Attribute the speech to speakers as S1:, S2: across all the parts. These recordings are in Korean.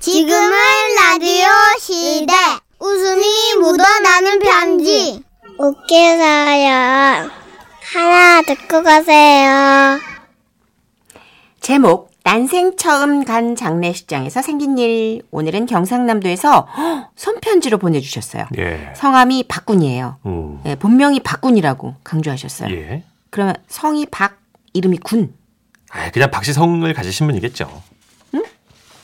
S1: 지금은 라디오 시대. 웃음이 묻어나는 편지. 웃겨서요. 하나 듣고 가세요.
S2: 제목 난생 처음 간 장례식장에서 생긴 일 오늘은 경상남도에서 헉, 손편지로 보내주셨어요.
S3: 예.
S2: 성함이 박군이에요.
S3: 음.
S2: 예, 본명이 박군이라고 강조하셨어요.
S3: 예.
S2: 그러면 성이 박 이름이 군
S3: 아, 그냥 박시성을 가지신 분이겠죠.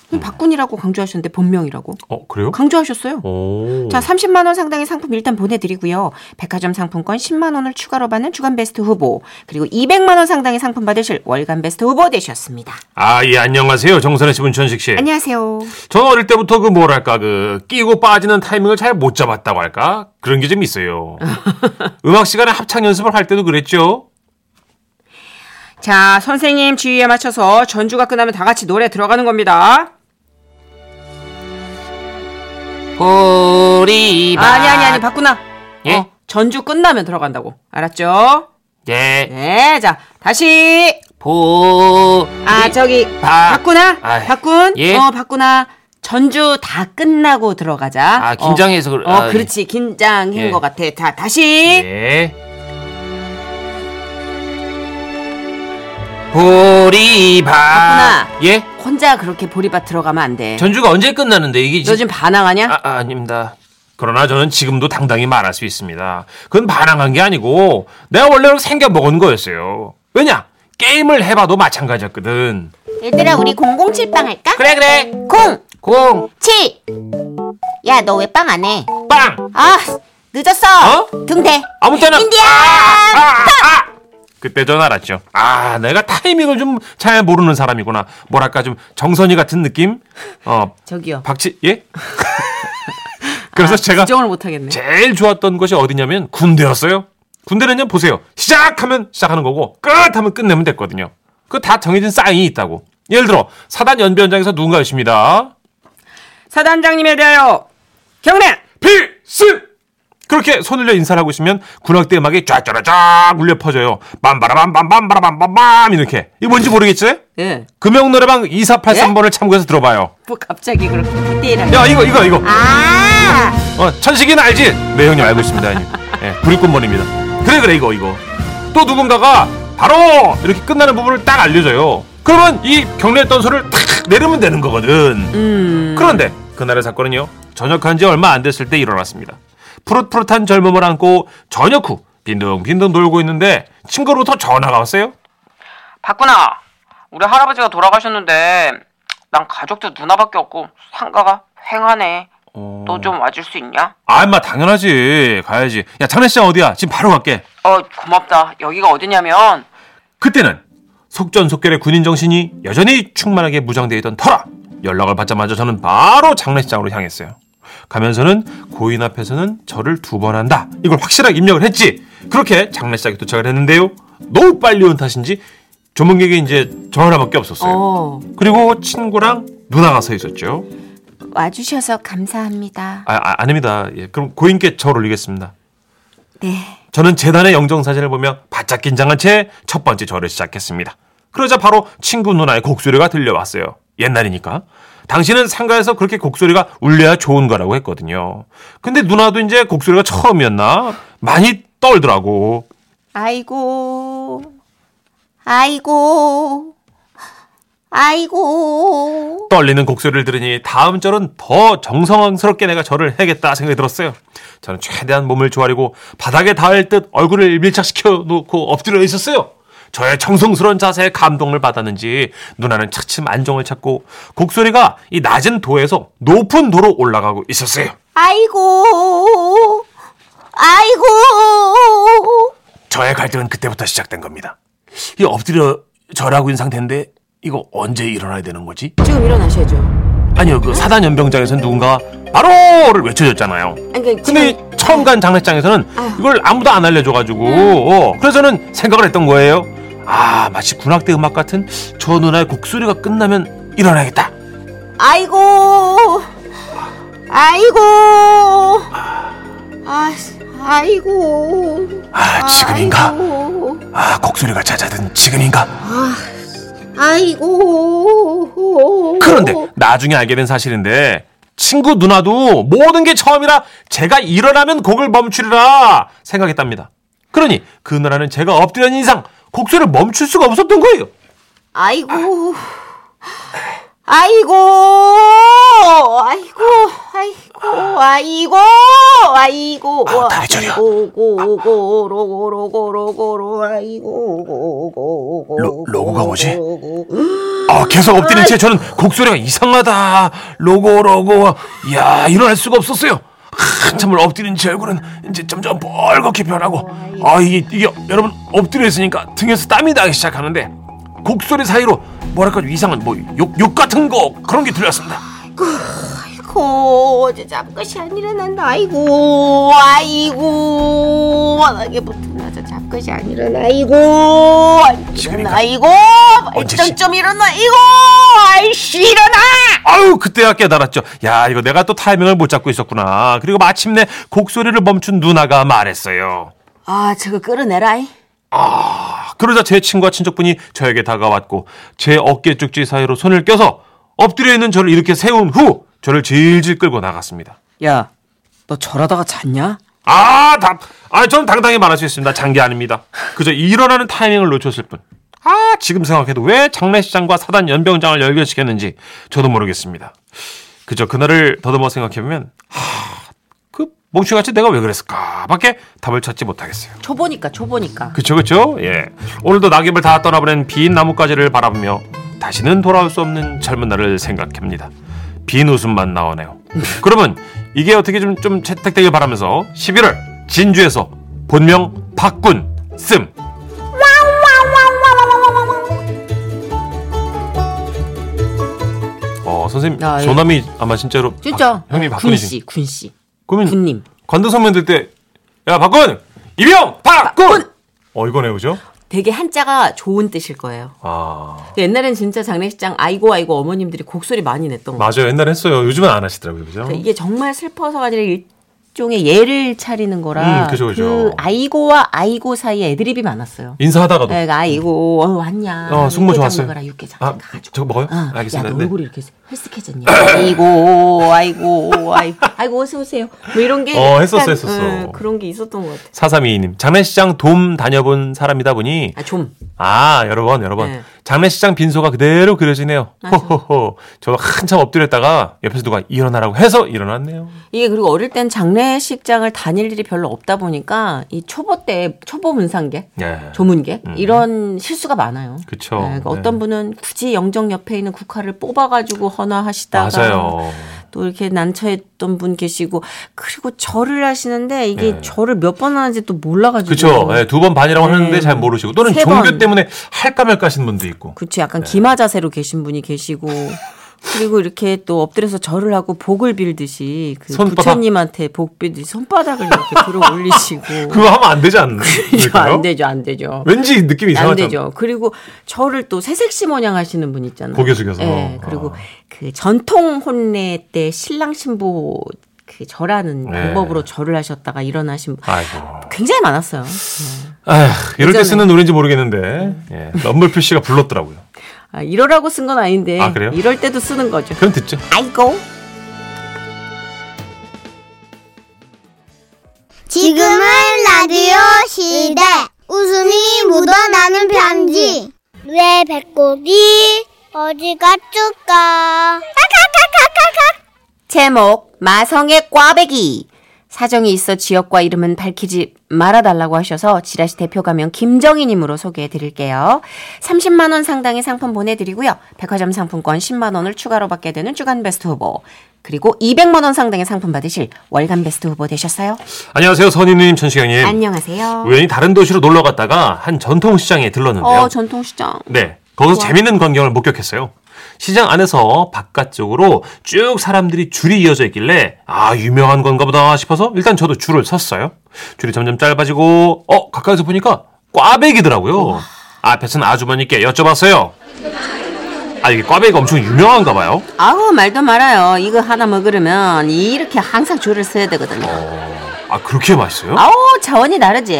S2: 그럼 박군이라고 강조하셨는데 본명이라고
S3: 어, 그래요?
S2: 강조하셨어요.
S3: 오.
S2: 자, 30만 원 상당의 상품 일단 보내드리고요. 백화점 상품권 10만 원을 추가로 받는 주간 베스트 후보 그리고 200만 원 상당의 상품 받으실 월간 베스트 후보 되셨습니다.
S3: 아, 예, 안녕하세요. 정선혜 씨, 문천식 씨.
S2: 안녕하세요.
S3: 저는 어릴 때부터 그 뭐랄까 그 끼고 빠지는 타이밍을 잘 못 잡았다고 할까 그런 게 좀 있어요. 음악 시간에 합창 연습을 할 때도 그랬죠.
S2: 자, 선생님 지휘에 맞춰서 전주가 끝나면 다 같이 노래 들어가는 겁니다.
S4: 보리
S2: 아니 아니 아니 바꾸나.
S4: 예?
S2: 어, 전주 끝나면 들어간다고. 알았죠?
S4: 예.
S2: 네, 자 다시.
S4: 보.
S2: 아 저기
S4: 바-
S2: 바꾸나?
S4: 예? 아이,
S2: 바꾼?
S4: 예?
S2: 어 바꾸나. 전주 다 끝나고 들어가자.
S4: 아, 긴장해서
S2: 어,
S4: 그래.
S2: 어
S4: 아, 예.
S2: 그렇지 긴장한
S4: 예.
S2: 것 같아. 자 다시.
S4: 예. 보리 바.
S2: 바꾸나.
S4: 예.
S2: 혼자 그렇게 보리밭 들어가면 안 돼.
S4: 전주가 언제 끝나는데 이게
S2: 너
S4: 지금
S2: 지금 반항하냐?
S4: 아, 아, 아닙니다.
S3: 그러나 저는 지금도 당당히 말할 수 있습니다. 그건 반항한 게 아니고 내가 원래로 생겨 먹은 거였어요. 왜냐? 게임을 해봐도 마찬가지였거든.
S5: 얘들아 우리 007빵 할까?
S4: 그래 그래.
S5: 공!
S4: 공.
S5: 7! 야 너 왜 빵 안 해?
S3: 빵!
S5: 아 늦었어
S3: 어?
S5: 등대
S3: 아무 때나
S5: 인디안
S3: 아, 아! 그때 전 알았죠. 아, 내가 타이밍을 좀 잘 모르는 사람이구나. 뭐랄까 좀 정선이 같은 느낌? 어,
S2: 저기요.
S3: 박치 예?
S5: 아,
S3: 그래서 제가
S2: 아, 지정을 못 하겠네.
S3: 제일 좋았던 것이 어디냐면 군대였어요. 군대는요 보세요. 시작하면 시작하는 거고 끝하면 끝내면 됐거든요. 그 다 정해진 사인이 있다고. 예를 들어 사단 연비 현장에서 누군가 있습니다.
S2: 사단장님에 대하여 경례.
S3: 필승 그렇게 손을 내 인사를 하고 있으면 군악대 음악이 쫘쫘라쫙 울려 퍼져요. 빰바라밤밤밤바라밤밤밤 이렇게. 이게 뭔지 모르겠지?
S2: 예.
S3: 금영노래방 2483번을 참고해서 들어봐요.
S2: 뭐 갑자기 그렇게 디테일하게.
S3: 야 이거 이거 이거.
S5: 아
S3: 어, 천식이는 알지? 네 형님 알고 있습니다 형님 예, 구리꾼번입니다 그래 그래 이거 이거 또 누군가가 바로 이렇게 끝나는 부분을 딱 알려줘요 그러면 이 경례했던 소를 탁 내리면 되는 거거든
S2: 음.
S3: 그런데 그날의 사건은요 전역한 지 얼마 안 됐을 때 일어났습니다 푸릇푸릇한 젊음을 안고 전역 후 빈둥빈둥 놀고 있는데 친구로부터 전화가 왔어요
S4: 바꾸나. 우리 할아버지가 돌아가셨는데 난 가족들 누나밖에 없고 상가가 횡하네.
S2: 어.
S3: 어.
S4: 너 좀 와줄 수 있냐?
S3: 아 인마 당연하지 가야지 야 장례식장 어디야 지금 바로 갈게
S4: 어 고맙다. 여기가 어디냐면
S3: 그때는 속전속결의 군인 정신이 여전히 충만하게 무장되어 있던 터라 연락을 받자마자 저는 바로 장례식장으로 향했어요. 가면서는 고인 앞에서는 저를 두 번 한다 이걸 확실하게 입력을 했지. 그렇게 장례식장에 도착을 했는데요. 너무 빨리 온 탓인지 조문객이 이제 저 하나밖에 없었어요.
S2: 어.
S3: 그리고 친구랑 누나가 서 있었죠.
S2: 와주셔서 감사합니다.
S3: 아, 아 아닙니다. 예, 그럼 고인께 절 올리겠습니다.
S2: 네.
S3: 저는 재단의 영정 사진을 보며 바짝 긴장한 채 첫 번째 절을 시작했습니다. 그러자 바로 친구 누나의 곡소리가 들려왔어요. 옛날이니까. 당신은 상가에서 그렇게 곡소리가 울려야 좋은 거라고 했거든요. 근데 누나도 이제 곡소리가 처음이었나? 많이 떨더라고.
S2: 아이고.
S5: 아이고 아이고
S3: 떨리는 곡소리를 들으니 다음 절은 더 정성스럽게 내가 절을 해야겠다 생각이 들었어요. 저는 최대한 몸을 조아리고 바닥에 닿을 듯 얼굴을 밀착시켜 놓고 엎드려 있었어요. 저의 정성스러운 자세에 감동을 받았는지 누나는 차츰 안정을 찾고 곡소리가 이 낮은 도에서 높은 도로 올라가고 있었어요.
S5: 아이고 아이고
S3: 저의 갈등은 그때부터 시작된 겁니다. 이 엎드려 절하고 있는 상태인데 이거 언제 일어나야 되는 거지?
S2: 지금 일어나셔야죠.
S3: 아니요 그 사단 연병장에서 누군가 바로를 외쳐줬잖아요.
S2: 아니, 그
S3: 근데 이 처음 간 장례장에서는
S5: 어.
S3: 이걸 아무도 안 알려줘가지고
S5: 네.
S3: 어, 그래서 저는 생각을 했던 거예요. 아 마치 군악대 음악 같은 저 누나의 곡소리가 끝나면 일어나야겠다.
S5: 아이고 아이고 아 아이고
S3: 아 지금인가?
S5: 아이고
S3: 아 곡소리가 찾아든 지금인가?
S5: 아이고.
S3: 그런데 나중에 알게 된 사실인데 친구 누나도 모든 게 처음이라 제가 일어나면 곡을 멈추리라 생각했답니다. 그러니 그 누나는 제가 엎드려진 이상 곡소리를 멈출 수가 없었던 거예요.
S5: 아이고. 아이고. 아이고. 아이고. 아이고. 아이고.
S3: 아우, 다리 저려.
S5: 오고 오고 로고 로고 로고 로 아이고 오고 오고 오고
S3: 로- 로고가 뭐지?
S5: 오고, 오고.
S3: 아, 계속 엎드린 채 저는 곡소리가 이상하다. 로고 로고. 이야 일어날 수가 없었어요. 한참을 엎드린 제 얼굴은 이제 점점 벌겋게 변하고 아 이게 이게 여러분 엎드려 있으니까 등에서 땀이 나기 시작하는데 곡소리 사이로 뭐랄까 좀 이상한 뭐 욕 욕 같은 거 그런 게 들렸습니다.
S5: 아이고 어제 잡것이 안 일어난다 아이고 아이고 워낙에 붙은 나저 잡것이 안 일어나 아이고 안 일어나 아이고
S3: 언제 시-
S5: 발전 좀 일어나 이고 아이씨 일어나
S3: 아유 그때야 깨달았죠. 야 이거 내가 또 타이밍을 못 잡고 있었구나. 그리고 마침내 곡소리를 멈춘 누나가 말했어요.
S5: 아 저거 끌어내라이
S3: 그러자 제 친구와 친척분이 저에게 다가왔고 제 어깨 쪽지 사이로 손을 껴서 엎드려 있는 저를 이렇게 세운 후 저를 질질 끌고 나갔습니다.
S6: 야, 너 저러다가 잤냐?
S3: 아, 답. 아, 저는 당당히 말할 수 있습니다. 장기 아닙니다. 그저 일어나는 타이밍을 놓쳤을 뿐. 아, 지금 생각해도 왜 장례식장과 사단 연병장을 열게 시켰는지 저도 모르겠습니다. 그저 그날을 더듬어 생각해보면, 하, 그 몽치같이 내가 왜 그랬을까? 밖에 답을 찾지 못하겠어요.
S6: 줘보니까, 줘보니까.
S3: 그쵸 그쵸 예 오늘도 낙엽을 다 떠나보낸 빈 나뭇가지를 바라보며 다시는 돌아올 수 없는 젊은 날을 생각합니다 빈 웃음만 나오네요 그러면 이게 어떻게 좀, 좀 채택되길 바라면서 11월 진주에서 본명 박군 씀 어, 선생님,
S6: 아, 예.
S3: 조남이 아마 진짜로 박-
S6: 진짜.
S3: 형님
S2: 아, 어,
S3: 박군이지.
S6: 군씨, 군씨.
S3: 그러면
S6: 군님.
S3: 관도 선면 될때 야, 박군! 이병! 박군! 어, 이거네요. 그죠?
S2: 되게 한자가 좋은 뜻일 거예요.
S3: 아.
S2: 근데 옛날엔 진짜 장례식장 아이고 아이고 어머님들이 곡소리 많이 냈던 거. 그러니까
S3: 맞아요. 옛날에 했어요. 요즘은 안 하시더라고요. 그죠?
S2: 이게 정말 슬퍼서가 아니라 일종의 예를 차리는 거라.
S3: 음, 그죠, 그죠.
S2: 그 아이고와 아이고 사이에 애드립이 많았어요.
S3: 인사하다가도
S2: 네, 아이고 어, 왔냐.
S3: 어, 숙모
S2: 육개장
S3: 좋았어요.
S2: 먹어라 육개장
S3: 아,
S2: 가가지고.
S3: 저거 먹어요?
S2: 어,
S3: 알겠습니다.
S2: 야, 너
S3: 네.
S2: 얼굴이 이렇게 헬스케졌냐? 아이고, 아이고, 아이고, 아이고, 어서 오세요. 뭐 이런 게.
S3: 어, 했었어,
S2: 약간,
S3: 했었어.
S2: 음, 그런 게 있었던 것 같아.
S3: 4322님. 장례식장 돔 다녀본 사람이다 보니
S2: 아, 좀.
S3: 아, 여러 번, 여러 번.
S2: 네.
S3: 장례식장 빈소가 그대로 그려지네요.
S2: 맞아.
S3: 호호호. 저도 한참 엎드렸다가 옆에서 누가 일어나라고 해서 일어났네요.
S2: 이게 그리고 어릴 땐 장례식장을 다닐 일이 별로 없다 보니까 이 초보 때 초보 문상계
S3: 예.
S2: 조문계 이런 실수가 많아요.
S3: 그쵸.
S2: 네, 그러니까
S3: 네.
S2: 어떤 분은 굳이 영정 옆에 있는 국화를 뽑아가지고 헌화하시다가
S3: 맞아요.
S2: 또 이렇게 난처했던 분 계시고 그리고 절을 하시는데 이게
S3: 네.
S2: 절을 몇 번 하는지 또 몰라가지고
S3: 그쵸. 예, 두 번 반이라고 하는데
S2: 네.
S3: 잘 모르시고 또는
S2: 세
S3: 종교
S2: 번.
S3: 때문에 할까 말까 하시는 분도 있고.
S2: 그치 약간 기마 자세로 계신 분이 계시고 그리고 이렇게 또 엎드려서 절을 하고 복을 빌듯이 그
S3: 손바닥.
S2: 부처님한테 복 빌듯이 손바닥을 이렇게 들어 올리시고
S3: 그거 하면 안 되지
S2: 그죠,
S3: 않나요?
S2: 안 되죠, 안 되죠.
S3: 왠지 느낌이
S2: 안
S3: 이상하죠.
S2: 되죠. 그리고 저를 또 새색시 모양 하시는 분 있잖아요.
S3: 고개 숙여서.
S2: 예, 그리고
S3: 아.
S2: 그 전통 혼례 때 신랑 신부 그 절하는
S3: 네.
S2: 방법으로 절을 하셨다가 일어나신 분
S3: 아이고.
S2: 굉장히 많았어요.
S3: 아휴, 이럴 때
S2: 예전에.
S3: 쓰는 노래인지 모르겠는데 예, 럼블표 씨가 불렀더라고요.
S2: 아, 이러라고 쓴 건 아닌데
S3: 아, 그래요?
S2: 이럴 때도 쓰는 거죠.
S3: 그럼 듣죠.
S2: 아이고.
S1: 지금은 라디오 시대. 웃음이 묻어나는 편지. 왜 배꼽이 어디 갔을까?
S2: 제목 마성의 꽈배기 사정이 있어 지역과 이름은 밝히지 말아달라고 하셔서 지라시 대표 가명 김정희님으로 소개해드릴게요. 30만 원 상당의 상품 보내드리고요. 백화점 상품권 10만 원을 추가로 받게 되는 주간 베스트 후보 그리고 200만 원 상당의 상품 받으실 월간 베스트 후보 되셨어요?
S3: 안녕하세요, 선희 누님, 천식영님.
S2: 안녕하세요.
S3: 우연히 다른 도시로 놀러 갔다가 한 전통 시장에 들렀는데요.
S2: 어 전통시장
S3: 네, 거기서 재밌는 광경을 목격했어요. 시장 안에서 바깥쪽으로 쭉 사람들이 줄이 이어져 있길래 아 유명한 건가 보다 싶어서 일단 저도 줄을 섰어요. 줄이 점점 짧아지고 어 가까이서 보니까 꽈배기더라고요. 앞에서는 아주머니께 여쭤봤어요. 아 이게 꽈배기가 엄청 유명한가 봐요.
S2: 아우 말도 말아요. 이거 하나 먹으려면 이렇게 항상 줄을 서야 되거든요.
S3: 아, 아 그렇게 맛있어요?
S2: 아우 차원이 다르지.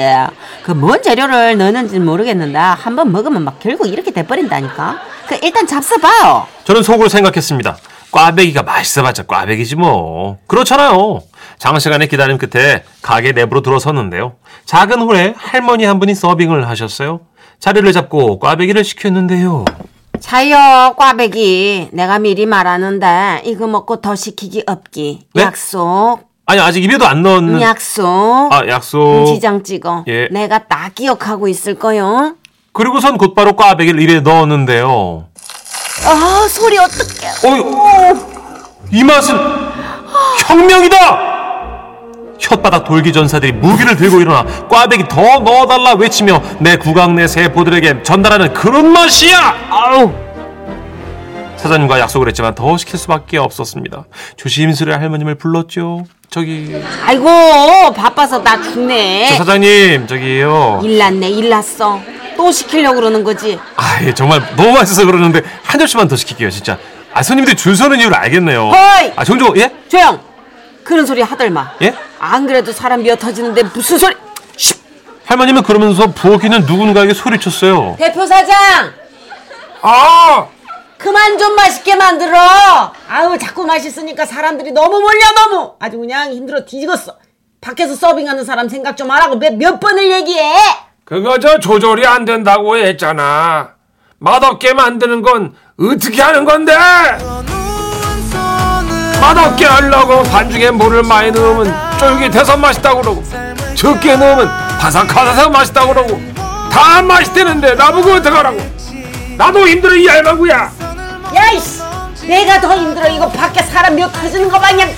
S2: 그 뭔 재료를 넣는지 모르겠는데 한번 먹으면 막 결국 이렇게 돼버린다니까. 그 일단 잡숴봐요.
S3: 저는 속으로 생각했습니다. 꽈배기가 맛있어봤자 꽈배기지 뭐. 그렇잖아요. 장시간의 기다림 끝에 가게 내부로 들어섰는데요. 작은 홀에 할머니 한 분이 서빙을 하셨어요. 자리를 잡고 꽈배기를 시켰는데요.
S2: 자요 꽈배기 내가 미리 말하는데 이거 먹고 더 시키기 없기.
S3: 네?
S2: 약속. 음
S3: 아니 아직 입에도 안 넣었는.
S2: 약속.
S3: 아 약속.
S2: 지장 찍어.
S3: 예.
S2: 내가 다 기억하고 있을 거요.
S3: 그리고선 곧바로 꽈배기를 입에 넣었는데요.
S2: 아 소리 어떡해.
S3: 어이, 이 맛은 혁명이다! 혓바닥 돌기 전사들이 무기를 들고 일어나 꽈배기 더 넣어달라 외치며 내 구강 내 세포들에게 전달하는 그런 맛이야! 아우! 사장님과 약속을 했지만 더 시킬 수밖에 없었습니다. 조심스레 할머님을 불렀죠. 저기
S2: 아이고 바빠서 나
S3: 저
S2: 죽네.
S3: 사장님 저기요.
S2: 일났네 일났어. 또 시키려고 그러는 거지.
S3: 아, 예, 정말 너무 맛있어서 그러는데 한 접시만 더 시킬게요, 진짜. 아, 손님들이 줄 서는 이유를 알겠네요.
S2: 허이!
S3: 아, 정조 예?
S2: 조용. 그런 소리 하덜마.
S3: 예?
S2: 안 그래도 사람 미어 터지는데 무슨 소리?
S3: 할머님은 그러면서 부엌에는 누군가에게 소리쳤어요.
S2: 대표 사장
S3: 아!
S2: 그만 좀 맛있게 만들어. 아우 자꾸 맛있으니까 사람들이 너무 몰려 너무. 아주 그냥 힘들어 뒤집었어. 밖에서 서빙하는 사람 생각 좀 하라고 몇, 몇 번을 얘기해.
S7: 그거 저 조절이 안 된다고 했잖아. 맛없게 만드는 건 어떻게 하는 건데? 맛없게 하려고 반죽에 물을 많이 넣으면 쫄깃해서 맛있다고 그러고 적게 넣으면 바삭바삭해서 맛있다고 그러고 다 맛있대는데 나보고 어떡하라고 나도 힘들어 이 알바구야
S5: 야이씨 내가 더 힘들어 이거 밖에 사람 몇 터지는 거 마냥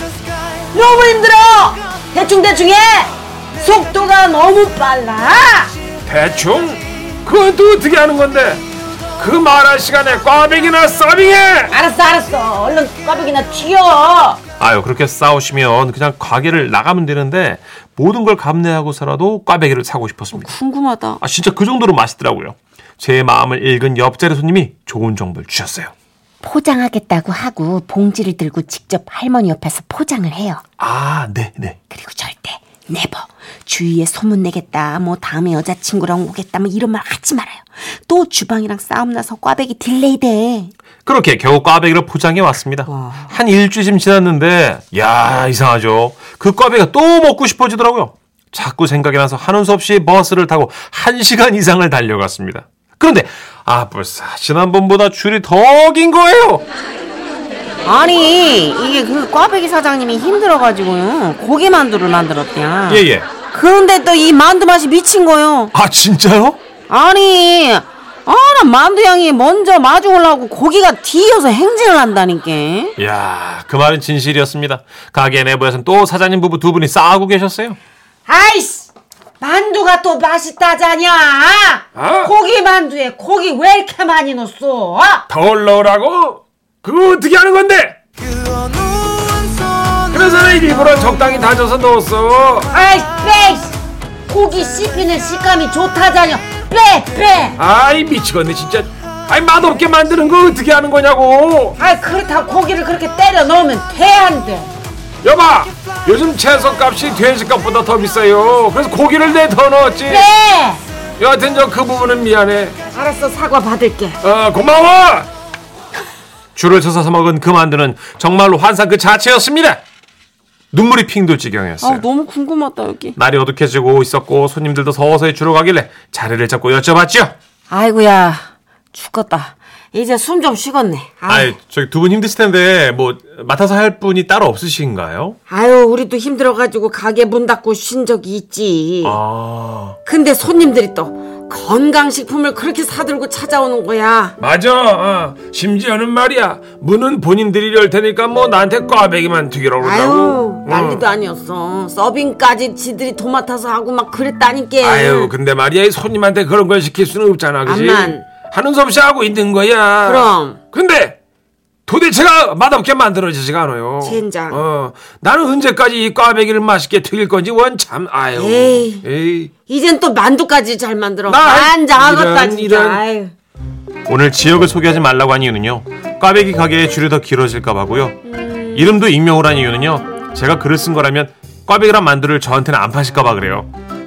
S5: 너무 힘들어 대충대충 해 속도가 너무 빨라
S7: 대충? 그건 또 어떻게 하는 건데 그 말할 시간에 꽈배기나 서빙해
S5: 알았어 알았어 얼른 꽈배기나 튀겨
S3: 아유, 그렇게 싸우시면 그냥 가게를 나가면 되는데 모든 걸 감내하고서라도 꽈배기를 사고 싶었습니다.
S2: 궁금하다.
S3: 아, 진짜 그 정도로 맛있더라고요. 제 마음을 읽은 옆자리 손님이 좋은 정보를 주셨어요.
S2: 포장하겠다고 하고 봉지를 들고 직접 할머니 옆에서 포장을 해요.
S3: 아, 네, 네.
S2: 그리고 절대 네버 주위에 소문 내겠다 뭐 다음에 여자친구랑 오겠다 뭐 이런 말 하지 말아요 또 주방이랑 싸움 나서 꽈배기 딜레이 돼
S3: 그렇게 겨우 꽈배기를 포장해 왔습니다. 한 일주일쯤 지났는데, 야 이상하죠. 그 꽈배기가 또 먹고 싶어지더라고요. 자꾸 생각이 나서 하는 수 없이 버스를 타고 한시간 이상을 달려갔습니다. 그런데, 아, 벌써 지난번보다 줄이 더 긴 거예요!
S2: 아니 이게 그 꽈배기 사장님이 힘들어가지고요 고기 만두를 만들었대요
S3: 예, 예.
S2: 그런데 또 이 만두 맛이 미친 거요
S3: 아, 진짜요?
S2: 아니 아나 만두 양이 먼저 마주 올라오고 고기가 뒤어서 행진을 한다니까
S3: 이야, 그 말은 진실이었습니다. 가게 내부에서는 또 사장님 부부 두 분이 싸우고 계셨어요.
S5: 아이씨 만두가 또 맛있다자냐
S2: 아?
S5: 고기 만두에 고기 왜 이렇게 많이 넣었어
S7: 덜 넣으라고? 그거 어떻게 하는 건데? 그래서 내 일부러 적당히 다져서 넣었어.
S5: 아이씨 빼 고기 씹히는 식감이 좋다자냐 빼빼
S7: 아이 미치겠네 진짜. 아이 맛없게 만드는 거 어떻게 하는 거냐고.
S5: 아 그렇다고 고기를 그렇게 때려 넣으면 돼안돼
S7: 여봐, 요즘 채소값이 돼지값보다 더 비싸요. 그래서 고기를 내 더 넣었지. 여하튼 저 그 부분은 미안해.
S5: 알았어 사과 받을게
S7: 어 고마워.
S3: 줄을 서서 사먹은 그 만두는 정말로 환상 그 자체였습니다. 눈물이 핑 돌 지경이었어요.
S2: 너무 궁금하다 여기
S3: 날이 어둑해지고 있었고 손님들도 서서히 줄어 가길래 자리를 잡고 여쭤봤죠.
S2: 아이고야 죽겠다 이제 숨 좀 쉬겠네 아이.
S3: 아, 저기 두 분 힘드실 텐데 뭐 맡아서 할 분이 따로 없으신가요?
S2: 아유, 우리도 힘들어가지고 가게 문 닫고 쉰 적이 있지.
S3: 아,
S2: 근데 손님들이 또 건강식품을 그렇게 사들고 찾아오는 거야.
S7: 맞아. 어. 심지어는 말이야. 문은 본인들이 열 테니까 뭐 나한테 꽈배기만 튀기라고
S2: 아유,
S7: 그러고.
S2: 난리도 아니었어. 서빙까지 지들이 도맡아서 하고 막 그랬다니까.
S7: 아유 근데 말이야 이 손님한테 그런 걸 시킬 수는 없잖아 그지
S2: 암만.
S7: 하는 수 없이 하고 있는 거야
S2: 그럼.
S7: 근데 도대체가 맛없게 만들어지지가 않아요
S2: 젠장.
S7: 어, 나는 언제까지 이 꽈배기를 맛있게 튀길 건지 원참 아유
S2: 에이.
S7: 에이.
S2: 이젠 또 만두까지 잘 만들어.
S7: 나-
S2: 만장하겠다,
S7: 이런,
S2: 진짜.
S7: 이런.
S2: 아유.
S3: 오늘 지역을 소개하지 말라고 한 이유는요. 꽈배기 가게의 줄이 더 길어질까 봐고요. 이름도 익명으로 한 이유는요. 제가 글을 쓴 거라면 꽈배기랑 만두를 저한테는 안 파실까봐 그래요.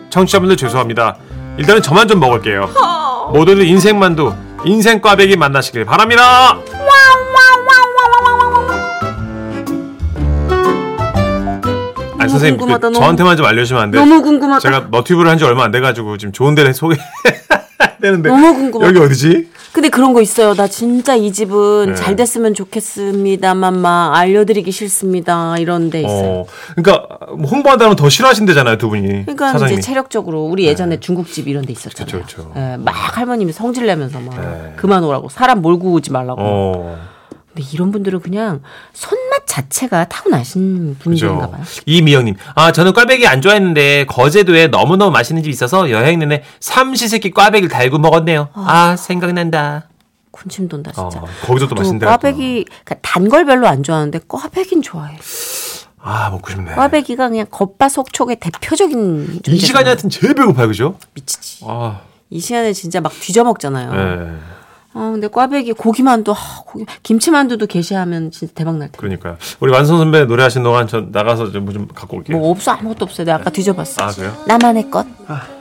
S3: 청취자분들 죄송합니다. 일단은 저만 좀 먹을게요. 모두들 인생 만두, 인생 꽈배기 만나시길 바랍니다. 아 선생님 그
S8: 궁금하다, 너무.
S3: 저한테만 좀 알려주시면 안 돼요?
S8: 너무 궁금하다.
S3: 제가 너튜브를 한 지 얼마 안 돼가지고 지금 좋은 데를 소개 되는데
S8: 너무 궁금하다.
S3: 여기 어디지?
S8: 근데 그런 거 있어요. 나 진짜 이 집은
S3: 네.
S8: 잘 됐으면 좋겠습니다만 막 알려드리기 싫습니다. 이런 데 있어요.
S3: 어, 그러니까 뭐 홍보한다면 더 싫어하신대잖아요 두 분이
S8: 그러니까
S3: 사장님이. 네.
S8: 이제 체력적으로 우리 예전에 중국집 이런 데 있었잖아요.
S3: 그쵸, 그쵸.
S8: 예, 막 할머님이 성질 내면서 막
S3: 네.
S8: 그만 오라고 사람 몰고 오지 말라고.
S3: 어,
S8: 근데 이런 분들은 그냥 손맛 자체가 타고나신 분들인가
S3: 그죠.
S8: 봐요.
S3: 이미영님, 아 저는 꽈배기 안 좋아했는데 거제도에 너무 너무 맛있는 집 있어서 여행 내내 삼시세끼 꽈배기를 달고 먹었네요. 아 생각난다.
S8: 군침 돈다
S3: 어,
S8: 진짜.
S3: 거기서 또
S8: 또
S3: 맛있는 데.
S8: 꽈배기 그러니까 단 걸 별로 안 좋아하는데 꽈배기는 좋아해.
S3: 아 먹고 싶네.
S8: 꽈배기가 그냥 겉바속촉의 대표적인
S3: 이
S8: 존재잖아요.
S3: 시간이 하여튼 제일 배고파요, 그죠?
S8: 미치지.
S3: 아,
S8: 이 시간에 진짜 막 뒤져 먹잖아요.
S3: 예.
S8: 아 근데 꽈배기 고기만두, 아, 고기, 김치만두도 게시하면 진짜 대박 날 텐데.
S3: 그러니까요. 우리 완성 선배 노래하신 동안 전 나가서 좀, 좀 갖고 올게요.
S8: 뭐 없어 아무것도 없어요. 내가 아까 뒤져봤어.
S3: 아, 그래요?
S8: 나만의 것.